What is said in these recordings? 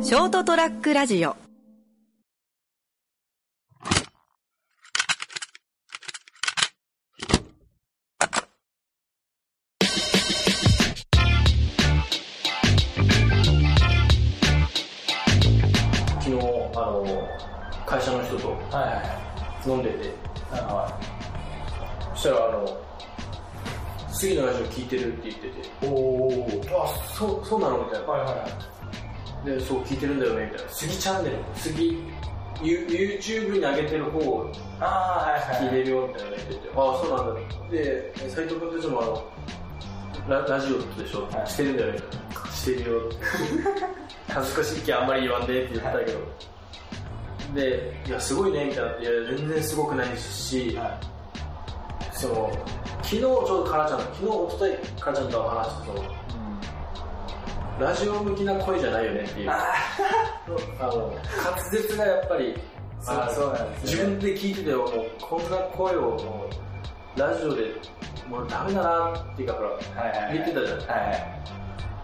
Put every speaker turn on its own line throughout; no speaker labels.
ショートトラックラジオ
昨日あの会社の人と
はいはい
飲んでて
は
そしたらあの「次のラジオ聞いてる」って言ってて
い。おお。
「あそうそうなの?」みたい
はいはいはい。
な「でそう聞いてるんだよね」みたいな「次チャンネル次 You- YouTube に上げてる方を
ああー、はい
聞い
はい。
てるよ」みたいなの言ってて「ああそうなんだ」で斎藤君たちもあのララジオってでしょ、
はい
してるんだよねしてるよ恥ずかしい気あんまり言わんでって言ってたけど、で「いやすごいね」みたいなって「いや全然すごくないし、
は
その昨日ちょうどかなちゃん昨日おとといかなちゃんと話してそのラジオ向きな声じゃないよねっていうあ の滑舌がやっぱりあの
そうそうなんです
自
よね
分で聞いててもうこんな声をもうラジオでもうダメだなっていうかほら
いはいはい。
言ってたじゃん
は。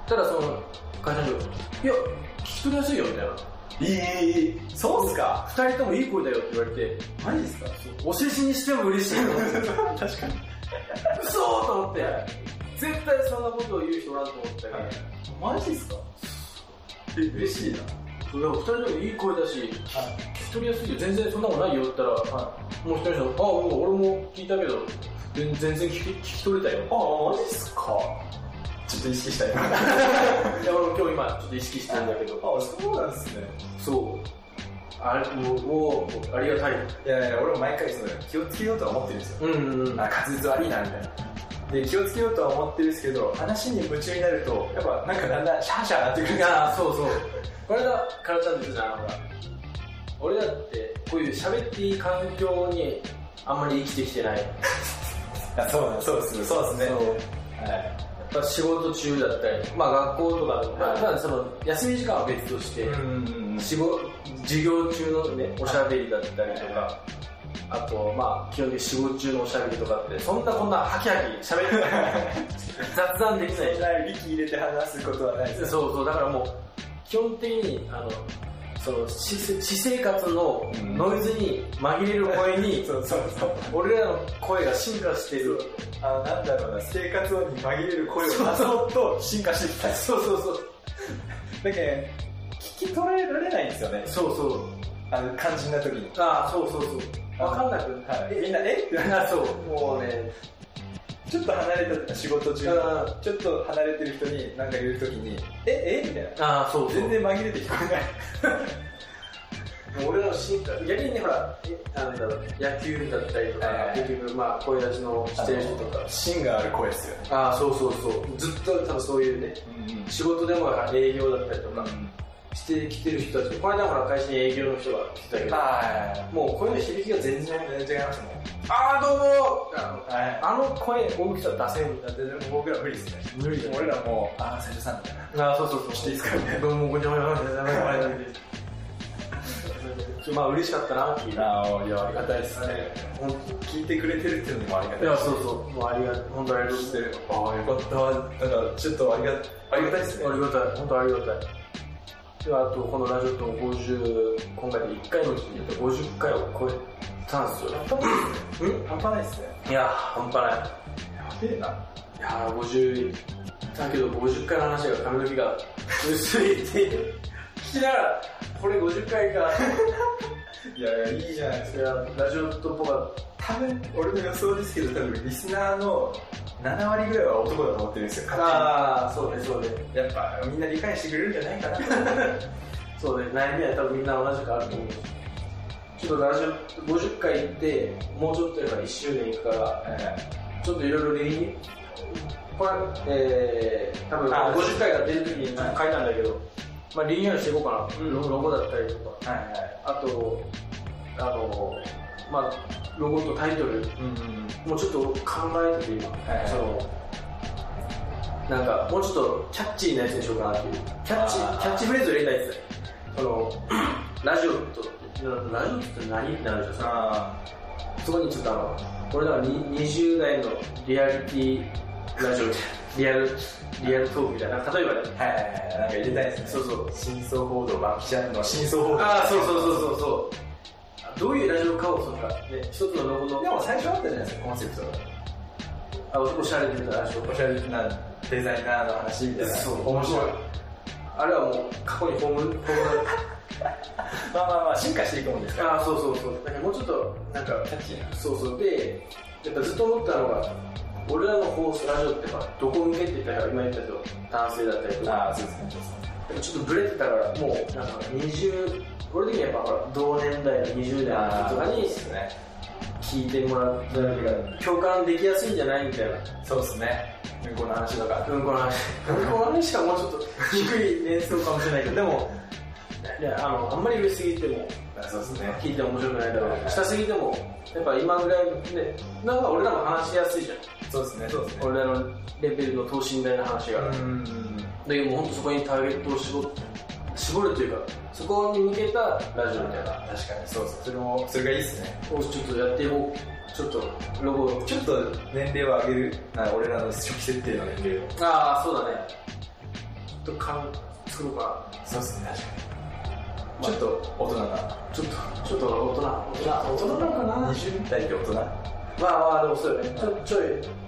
ただその会社長いや聞き取りやすいよみたいない
いい、そうっすか
二人ともいい声だよって言われて
マジっすか
お世辞にしても嬉しいと思って
確かに。
嘘と思って絶対そんなことを言う人おらんと思ったけど、
マジっすかえ、嬉しいな。
そうだから二人ともいい声だし、聞き取りやすいよ、全然そんなことないよって言ったら、
は
もう一人の人、あ、もう俺も聞いたけど、全全然聞き聞き取れたよ。
い。あ、マジっすかちょっと意識したいな。
いや、俺も今日今、ちょっと意識してるんだけど、
あ、そうなんですね。
そう。あれ、もう、もうありがたい。
いやいや、俺も毎回その気をつけようとは思ってるんですよ。
うんうんうん。
あ滑舌悪いなみたいなで気をつけようとは思ってるんですけど話に夢中になるとやっぱなんかだんだんシャーシャーなってくる
いや、そうそう。これだ、カラちゃんって言ってたな、ほら。俺だって、こういう喋っていい環境に、あんまり生きてきてない。
あそうなんそうですねそうですね
そう
はい
まあ、仕事中だったり、まあ学校とか、まあまあその休み時間は別として、
うん
仕事授業中のねおしゃべりだったりとかあとまあ基本的に仕事中のおしゃべりとかってそんなこんなハキハキしゃべる雑談できない
そんな力入れて話すことはないで
そ
す
うそうだからもう基本的にあのその私私生活の
うん
ノイズに紛れる声に
そうそうそう
俺らの声が進化してる
あのなんだろうな生活音に紛れる声を出そうと進化してきた
そうそうそう
だけど聞き取られないんですよね
そうそう
あの肝心な時に
ああそうそうそう分かんなくな
はいみんなえって
い そうもうね
ちょっと離れた仕事中
あー
ちょっと離れてる人に何か言う時にええみたいな
ああそうそう
全然紛れて聞こえない
もう俺らの進化逆にねほらえなんだろう野球だったりとか、
はいはい
結局まあ声出しのしてる人とか
芯がある声ですよね。
ああそうそうそうずっと多分そういうね仕事でもだから営業だったりとかしてきてる人たちこの間ほら会社に営業の人が来てたけど
は
もう声の響きが全然
い。全然違いますね。
ああどうもあ
はい
のあの声大きさ出せん
だってでも僕ら無理ですね。
無理
俺らもう、ああ、斉藤さんみたいな。
ああそうそうそうしていいですかねどうもごちゃごちゃごちゃごちゃごちゃごちゃまあ嬉しかったなっていう
ああ、いや、ありがたいですね。
本当
聞いてくれてるっていうのもありがたい
いや、そうそう、もうありが、本当ありがとう
して、ああ、よかった。なんか、ちょっとありが、ありがたいですね
あ。りがたい、本当ありがたい。では、あと、このラジオと50、今回で1回のうちに50回を超えたんですよ。うん
半端ないですね。
いや、半端ない。
やべえな。
いやー、50、だけど50回の話が髪の毛が薄いって、聞きながら、これ50回か。
いやいや、いいじゃないです
い
か。
や、ラジオと僕は、
多分、俺の予想ですけど、多分、リスナーの7割ぐらいは男だと思ってるんですよ。勝
ああ、そうね、そうね。
手にやっぱ、みんな理解してくれるんじゃないかな。
そうね、悩みは多分みんな同じくあると思う。ちょっとラジオ50回行って、もうちょっとやから1周年行くから、ちょっといろいろレギュこれ、えー、多分
あ
50回が出るときにちょっと書いたんだけど、まあリニューアルしていこうかな。ロロゴだったりとか、
はいはい。
あと、あの、まあロゴとタイトル、
うんうん。
もうちょっと考えてて今、
はい
その、なんかもうちょっとキャッチーなやつにしようかなっていう。キャッチ、
あー
キャッチフレーズを入れたいですね。その、 ラジオと、なラジオって何ってなるじゃん。
あ
そこにちょっとあの、俺らはに20代のリアリティラジオみたいリアル、リアルトークみたいな。なんか例えばね、
はいはいはいなんか入れたいですね
そうそう。
真相報道バンキシャの真相報道
ああ、そうそうそうそうそうあ。どういうラジオかを、そのか、ね、一つのロゴ
で
の、
も最初あったじゃないですかコンセプトが
あおしゃれで見たラジオ。
おしゃれなデザイナーの話みたいな
そう
面白い
あれはもう、過去にホーム、ホーム
まあまあまあ進化していくもんですから
ああ、そうそうそう。なんかもうちょっと、なんか、
キャッチーな
そうそう。で、やっぱずっと思ったのが、俺らの放送ラジオって、まあ、どこ向けって言ったら、今言ったけど、男性だったりとか、
ああそうですねそうですね
でもちょっとブレてたから、もう、なんか20、俺的にはやっぱほら、同年代の20代の人とか
そう
に
ですね
聞いてもらったりが、共感できやすいんじゃないみたいな。
そうですね向こうの話とか
うんこの話。うんこの話はもうちょっと低い年数かもしれないけど、でも、いや、あの、あんまり上すぎても、
あそうですね
聞いても面白くないだろう。下すぎても、やっぱ今ぐらいで、なんか俺らも話しやすいじゃん。
そうですねそうですね
俺らのレベルの等身大の話
う
が。だ
ん
けどもう本当そこにターゲットを絞って、絞るというか、そこに向けたラジオみたいな。
確かにそうそうそれもそれがいいですね
をちょっとやっていこう。ちょっと、ロゴ。
ちょっと年齢を上げるな俺らの初期設定の年齢を
ああ、そうだね。ちょっと勘作ろうか
そうですね確か
まあ
ちょっと大人な
な。ちょっと、ちょっと大人。大人なのか な
20代で大人
まあまあでもそうよねちょちょい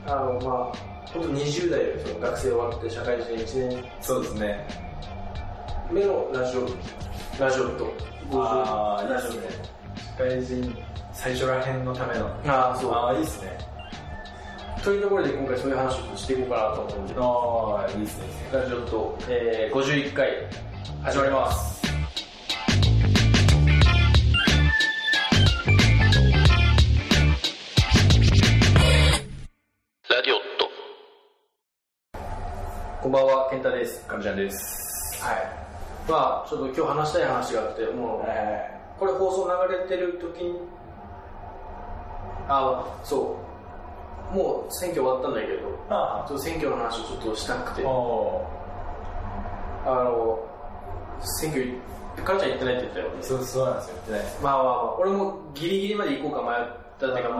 あのまあ本当20代よその学生終わって社会人1年
そうですね
目のラジオラジオと
ああいい
ラ
で
ジオ
すね社会人最初らへんのための
ああそ
ああいいですね
うというところで今回そういう話をしていこうかなと思うんで
ああいいですねいいっすね
ラジオと、えー、51回始まります
ラディオット。
こんばんは健太です
かみちゃんですは
まあちょっと今日話したい話があってもう、
いえ
これ放送流れてる時にあそうもう選挙終わったんだけど
ーあ
ちょっと選挙の話をちょっとしたくて
あお
あの、選挙、母ちゃん行ってないって言ったよ。
ーそうそうなんですよ言ってないです
まあまあまあ、俺もギリギリまで行こうか迷ったっていうか、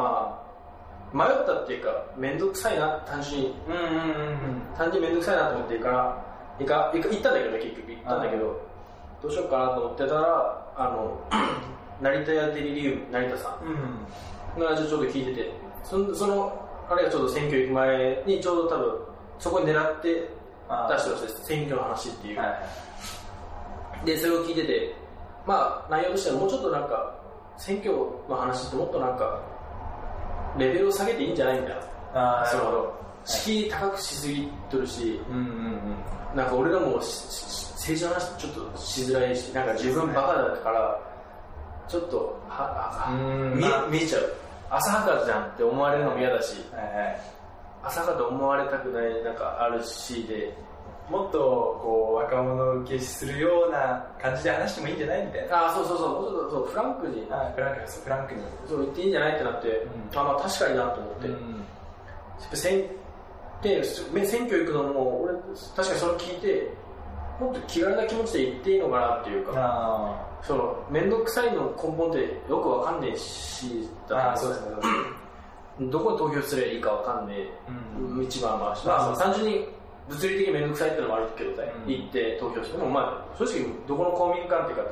まあ、迷ったっていうか、めんどくさいな、単純に。
うんうんうん
単純にめんどくさいなと思って行から、行か、行か行ったんだけどね、結局行ったんだけど、どうしようかなと思ってたら、あの、 成田屋デリリウム、成田さ
うんうん
んのラジオちょっと聞いてて、その、その、あれがちょっと選挙行く前に、ちょうど多分、そこに狙って出して
あ
ました、選挙の話っていう。
はい
でそれを聞いててまあ内容としてはもうちょっとなんか選挙の話ってもっとなんかレベルを下げていいんじゃないみたいな
ああな
そ
るほ
の
ど
敷居高くしすぎとるし
うんうんうん
なんか俺らもしし政治の話ちょっとしづらいしなんか自分バカだからちょっとはは
うーん
見え
まあ
見えちゃう浅はかじゃんって思われるのも嫌だし
はいはい
浅はかと思われたくないなんかあるしで
もっとこう若者受けするような感じで話してもいいんじゃないみたいな
ああそうそうそうもうちょっとそうフランクに
あフランクにそうフランクに
そう言っていいんじゃないってなって、
うん
あまあ確かになと思って、
うん
選で選挙行くのも俺確かにそれ聞いてもっと気軽な気持ちで行っていいのかなっていうか
あ
その面倒くさいの根本ってよくわかんねえし
ーあーそうですね
どこに投票すればいいかわかんねえ、
うん
道もあるし、
まあ
まあ、単純に物理的に面倒くさいってのもあるけどね、
うん
行って投票してもまあ正直どこの公民館っていう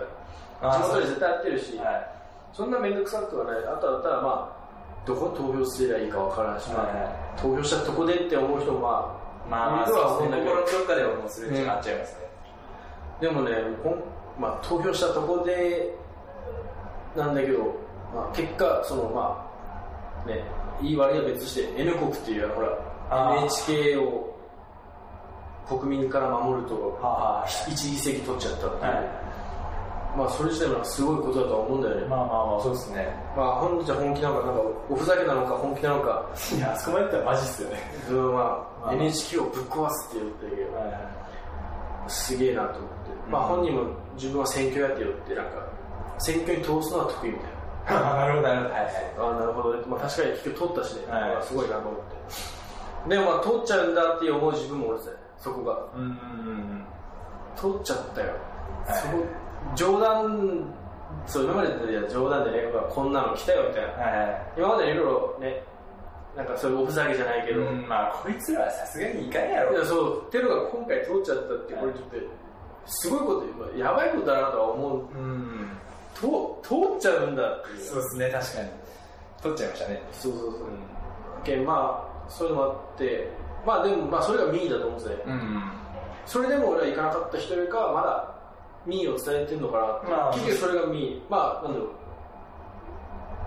か
あー
地
そ
元
うで
です絶対やってるし、
は
そんな面倒くさくはないあとだったらまあどこに投票すればいいかわからんし、
い
まあ
は
投票したとこでって思う人もまあ
いまあ
僕らは
そうですね
本当に
心のどっかではもうするってなっちゃいますね
でもね、ほんまあ、投票したとこでなんだけど、まあ、結果、そのまあね、言い悪いは別として N 国っていうほ
あ
ら
ー
NHK を国民から守ると
は
1議席取っちゃったっていう、
は
まあ、それ自体もなんかすごいことだとは思うんだよ
い
ね、
まあまあまあそうですね
まあ、本日は本気なのかなんかおふざけなのか本気なのか、
いやあそこまでやったらマジっすよね
うんま
ま
あ、
あ
NHK をぶっ壊すって言ってるけど
はい
すげえなと思って、まあ、本人も自分は選挙やってよってなんか選挙に通すのは得意みたいな。
なるほどなるほどはいはい
あーなるほどね、まあ、確かに結局取ったしね、
はい
まあすごいなと思ってでもまあ取っちゃうんだって思う自分もおるぜそこが
うんうんうん
取っちゃったよ、
はい
そこ冗談そう今までだったらいや冗談でねうわこんなの来たよみたいな
はい
今までいろいろねなんかそういうおふざけじゃないけど、
うん、まあこいつらはさすがにいかんや
いや
ろ
そうテロが今回通っちゃったってこれちょっとすごいことまあやばいことだなとは思う
うん
と通っちゃうんだっていう
そうですね確かに取っちゃいましたね
そうそうそうけんまあそういうのもあってまあでもまあそれが民意だと思うんですね
うん、
それでも俺は行かなかった人よりかはまだ民意を伝えてるのかなって、
まあ
結局それが民意まあなんだろう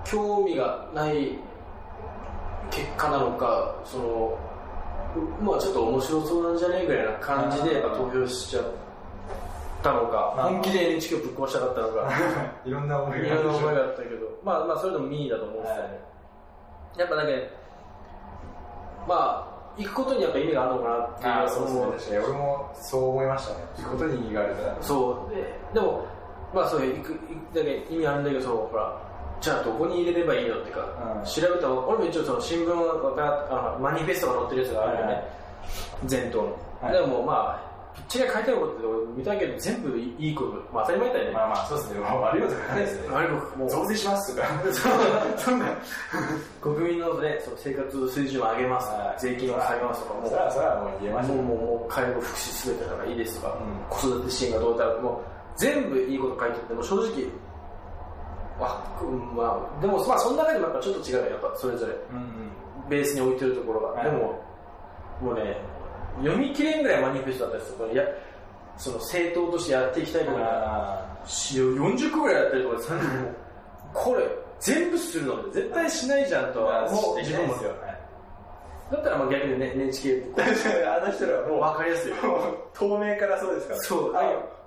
興味がない結果なのかそのまあちょっと面白そうなんじゃねえぐらいな感じでやっぱ投票しちゃったのか、
まあ
本気で NHK をぶっ壊したかったのか
いろんな思い
い
があ
ろん
る
な
でしょ
思いがあったけどまあまあそれでも民意だと思うんですよね、
はい
やっぱだけまあ行くことにやっぱ意味があるのかなっていうの
あ
は
あそうですね確かに俺もそう思いましたね行くことに意義があるから
そうででもまあそういう行く行くだけ意味あるんだけどそのほらじゃあどこに入れればいいのってか、
うん
調べたら俺も一応その新聞があのマニフェストが載ってるやつがあるよね、
はいはい
全党の、
はい
でもまあピッチが書いてあることって俺見たけど全部いいこと、まあ、当たり前だよね、
まあまあそうですねまあ悪いことがないですね
あれもう
増税しますとかそんな
国民の、ね、その生活水準を上げますとか、
はい
税金を下げますとかもう
そらそらもう言えました
もう
ね
もうもう介護福祉すべてだからいいですとか、
うん
子育て支援がどうだろうもう全部いいこと書いててもう正直あ、うんまあでもまあその中でもやっぱちょっと違うよやっぱそれぞれ
うんうん
ベースに置いてるところが、
はい
でももうね読み切れんぐらいマニフェストだったりするからいやその政党としてやっていきたいとか
あ
し40個ぐらいやったりとか30個もこれ全部するのって絶対しないじゃん
ー
と
ま
は
あ
も
も
う
うできないですよはい
だったらまあ逆にね NHK ぶっ壊
確かにあの人らは
すもう分かりやすいよ
もうもう透明からそうですから
そう
あ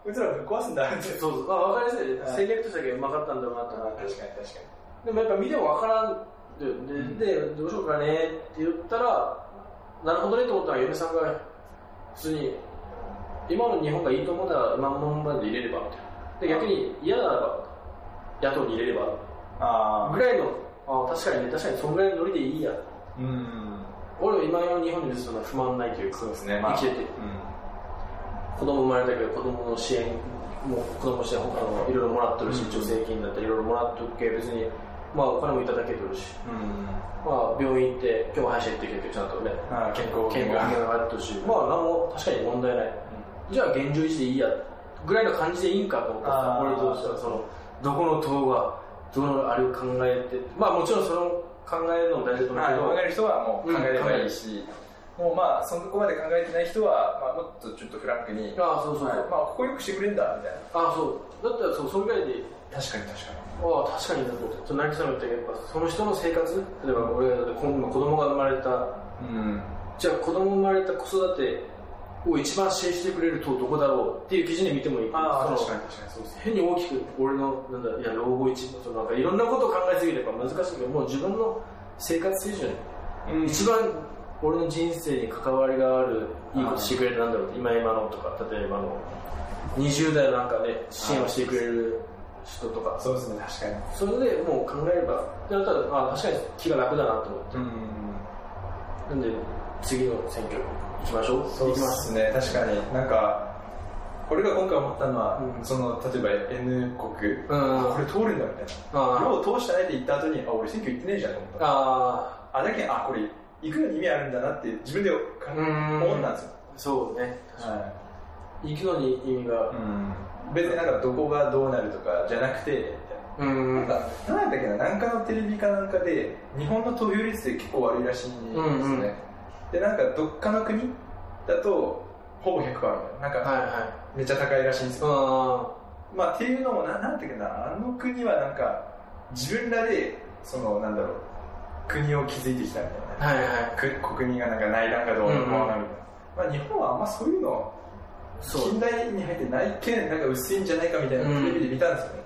うちらぶっ壊すんだって
そうそう、まあ、分かりや
はい
すい、戦略としてだけうまかったんだろうなと思って、
かに確かに
でもやっぱ見ても分からんで、
うん
ででどうしようかねって言ったら、なるほどねと思ったら、嫁さんが、普通に、今の日本がいいと思うなら、今のままで入れればみたいな、で逆に嫌ならば、野党に入れれば
あ
ぐらいの、あ確かにね、確かにそのぐらいのノリでいいや、
あうん
俺は今の日本に別にそんな不満ないというか、
そうですねまあ
生きてて
う
子供生まれたけど子供の支援も子供の支援他のいろいろもらってるし
うん
助成金だったりいろいろもらっとるけ別にまあお金もいただけてるし
んうん
まあ病院行って今日も歯医者行ってきるけどちゃんとね
まあ健康
健康金が上がってるしまあ何も確かに問題ないじゃあ現状維持でいいやぐらいの感じでいいんかと思ってさ
あー
俺としてはそのどこの党がどのあれを考えてまあもちろんその考えるのも大事だと思う
ま
け
あ、
ど、
考える人はもう考えればいいし、もうまあ、そこまで考えてない人は、まあ、もっとちょっとフランクに、
ああそうそうそう、
はいまあ、ここよくしてくれんだ、みたい
ああそうだったらそうそれぐらいで
な。確かに確か
ああ確かになと思ってちょっと成田さんが言ったけどやっぱその人の生活例えば俺がだって今度子供が生まれた
に。うん。
じゃあ子供生まれた子育てを一番支援してくれる党どこだろうっていう記事で見てもいいその
に確かに、そうですね。
変に大きく俺のなんだいや老後一そのなんかいろんなことを考えすぎれば難しいけどもう自分の生活水準、
うん
一番俺の人生に関わりがあるいいことしてくれるなんだろう今今のとか例えばあの20代なんかで支援をしてくれる人とか
そうですね、確かに。
それでもう考えればだったらあ確かに気が楽だなと思って
うん。
なんで次の選挙行きましょう
そう
行き
で
ます
すね、確かに。なんか、俺が今回思ったのは、
うん
その、例えば N 国、
うん
あこれ通るんだ、みたいな。
あ
よう通したねって言った後に、あ、俺選挙行ってねえじゃんと思っ
ー
た。
あ
あ、だけど、あ、これ、行くのに意味あるんだなって、自分で考え
うん
思ったんですよ。
ーそうね
はい。
行くのに意味が
うん、別になんかどこがどうなるとかじゃなくて、
うん
なんか、なんだっけな、なんかのテレビかなんかで、日本の投票率って結構悪いらしいんですね。
うんうん
で、なんか、どっかの国だと、ほぼ100%みたいな、なん
はい
か、
はい
めっちゃ高いらしいんですよ。
あ
まあ、っていうのもな、なんだっけな、あの国はなんか、自分らで、その、なんだろう、国を築いてきたみたいな。
あはいはい
く国民がなんか内乱がどうのこうのみたいな、まあ、日本はあんまそういうの
そう
近代に入ってないけんなんか薄いんじゃないかみたいな
うん
テレビで見たんですよね、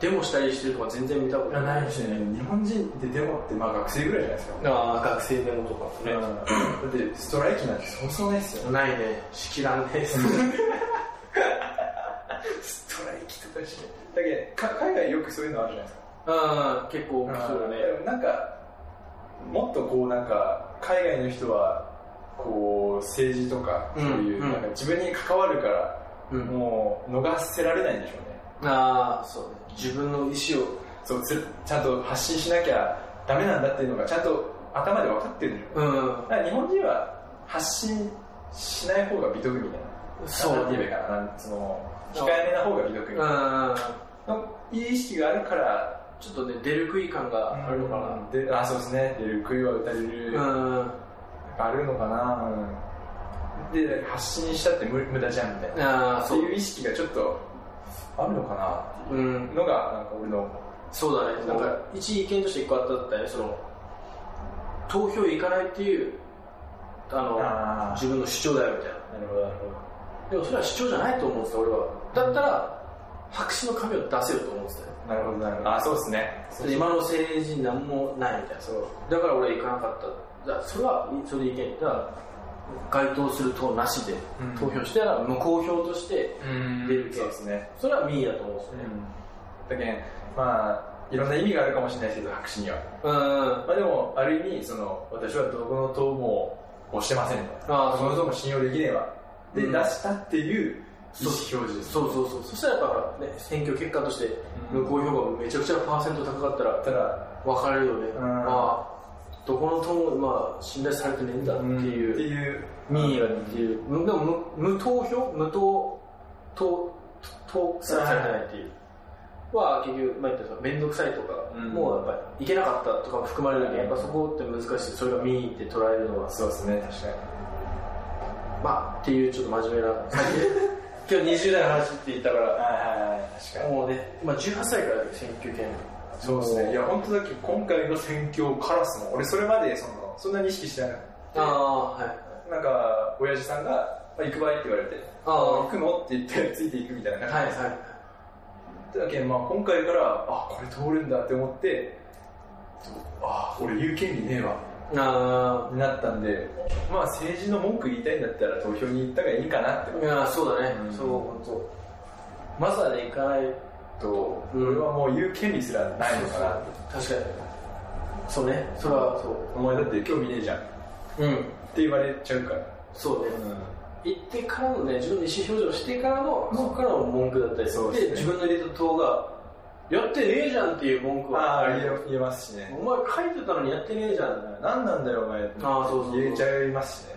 デモしたりしてるとか全然見たことない
しね日本人でデモってまあ学生ぐらいじゃないですか、
ああ学生デモとか
うんだってストライキなんてそうそうないですよ
ないねしきらんね
ストライキとかしてだけどか海外よくそういうのあるじゃないですか
うん結構大きそうだね
うんなんかもっとこうなんか海外の人はこう政治とかそういう、
うん
なんか自分に関わるから
うん
もう逃せられないんでしょうね
ああそうね自分の意思を
そうつちゃんと発信しなきゃダメなんだっていうのがちゃんと頭で分かってるのよ
うん
だから日本人は発信しない方が美徳みたいな
そう
なんて言えばいいかななんその控えめな方が美徳みたいな
うん
のいい意識があるから
ちょっとね出る杭感があるのかな
であそうですね出る杭は打たれる、
うん
あるのかな、うん、で発信したって無無駄じゃんみたいな
ああ
って
そう
いう意識がちょっとあるのかなって
うん
いうのがなんか俺の
そうだねなんか一意見として一個あったったねその投票行かないっていうあの
あ
自分の主張だよみたいな
なるほどなるほ
で
ど
もそれは主張じゃないと思うんですよ俺はだったら白紙の紙を出せよと思うんですよ
なるほどなるほどあそうですね
で今の政治なんもないみたいな
そう
だから俺行かなかっただからそれはそれで意見だから該当する党なしで
うん
投票したら無効票として
うん
出る系
そうですね
それは民意だと思うんです
う
よね
んだけんまあいろんな意味があるかもしれないですけど白紙には
うん
まあでもある意味その私はどこの党も押してませんと
ああ
どこの党も信用できねえわで、
うん
出したっていう意思表示です
そうそうそうそしたらやっぱね選挙結果として
うん
無効票がめちゃくちゃパーセント高かったら
だったら
分かれるよね
うん
まあどこの党もまあ信頼されてねえんだっていう、
っていう
民意がっていう、むでも無無投票、無党、党、党されてないっていう、は結局、まあ、言ったら面倒くさいとか、
うん
もうやっぱりいけなかったとかも含まれるけど、やっぱそこって難しい、それが民意って捉えるのは、
そうですね確かに
まあっていうちょっと真面目な、 今日20代の話って言ったから、
はいはいはい確かに
もうね、まあ、18歳からだよ選挙権、
そうですねいや本当だっけ今回の選挙カラスも俺それまでそのそんなに意識してなかった
ああ、はい、
なんか親父さんが「まあ行く場合」って言われて「
あ
行くの?」って言ってついていくみたい
は
な
い、
感
はい、
じだけど、まあ、今回からあこれ通るんだって思ってあ俺言う権利ねえわ
あ
になったんでまあ政治の文句言いたいんだったら投票に行った方がいいかなって
あ、いや、そうだね、
うん
そう、本当。まずはね、行かない
と、
うん
俺はもう言う権利すらないのかなって
確かにそうねそれはそ
お前だって興味ねえじゃんっ
ううん
て言われちゃうから
そうね行ってからのね自分の意思表示をしてからのそこからの文句だったり
そう
で
ですね
自分の入れた党がやってねえじゃんっていう文句
あ
は
あ言え言えますしね
お前書いてたのにやってねえじゃんっ
何なんだよお前って
あーそうそうそう
言えちゃいますしね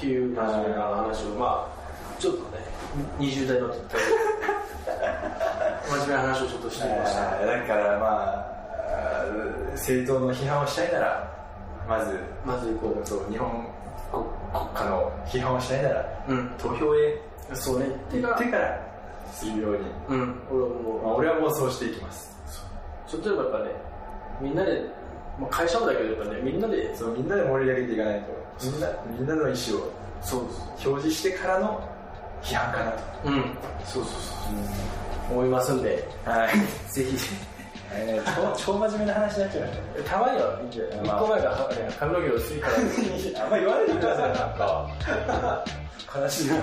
ていう真面目な話をまあちょっとね20代の時 と真面目な話をちょっとしてみました
あーだからまああー政党の批判をしたいならまず
まず行こ
そう日本国国家の批判をしたいなら
ううん
投票へ
そうねて
行っ
か
てからするように、
うん俺はもう
まあ、俺はもうそうしていきます
ちょっとやっぱね、みんなで、まあ、会社もだけど、やっぱね、みんなで、
そうみんなで盛り上げていかないとみんなみんなの意思を
そう
表示してからの批判かなと、
うん、そうそうそう、思いますんで、
はい、
ぜひ、
えー超超真面目な話になっちゃいました
たまにはいいんじゃない、
ま
1
あ
個前がはね髪の毛薄い から、
あんま言わないでください、なんか。悲しいな。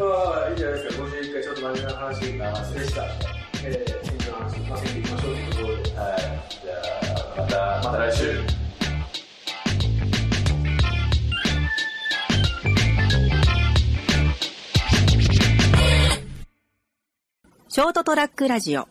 ああ、いいじゃないですか、51回、ちょっと真面目な話でした。えー、選挙の話、まあ、選挙行きましょうということで。
はい。じゃあ、また、また来週。
ショートトラックラジオ